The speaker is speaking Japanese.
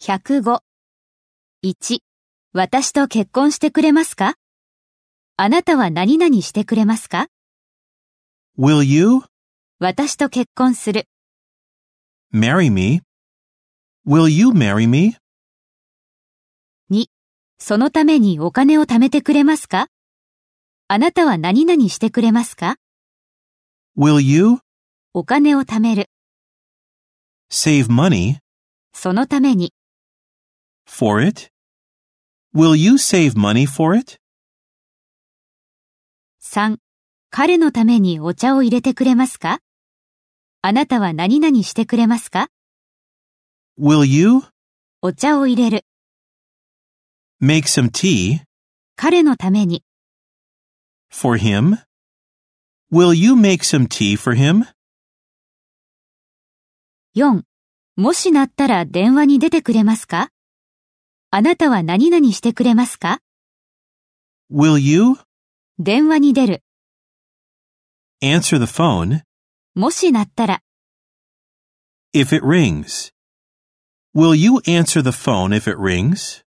105。1、私と結婚してくれますかあなたは何々してくれますか Will you 私と結婚する。 marry me? Will you marry me? そのためにお金を貯めてくれますかあなたは何々してくれますか Will you お金を貯める。 save money そのために。 for it? Will you save money for it? 3. 彼のためにお茶を入れてくれますかあなたは何々してくれますか Will you お茶を入れる。 make some tea 彼のために。 for him? Will you make some tea for him? 4. もしなったら電話に出てくれますかあなたは何々してくれますか Will you 電話に出る。 answer the phone もしなったら、 if it rings? Will you answer the phone if it rings?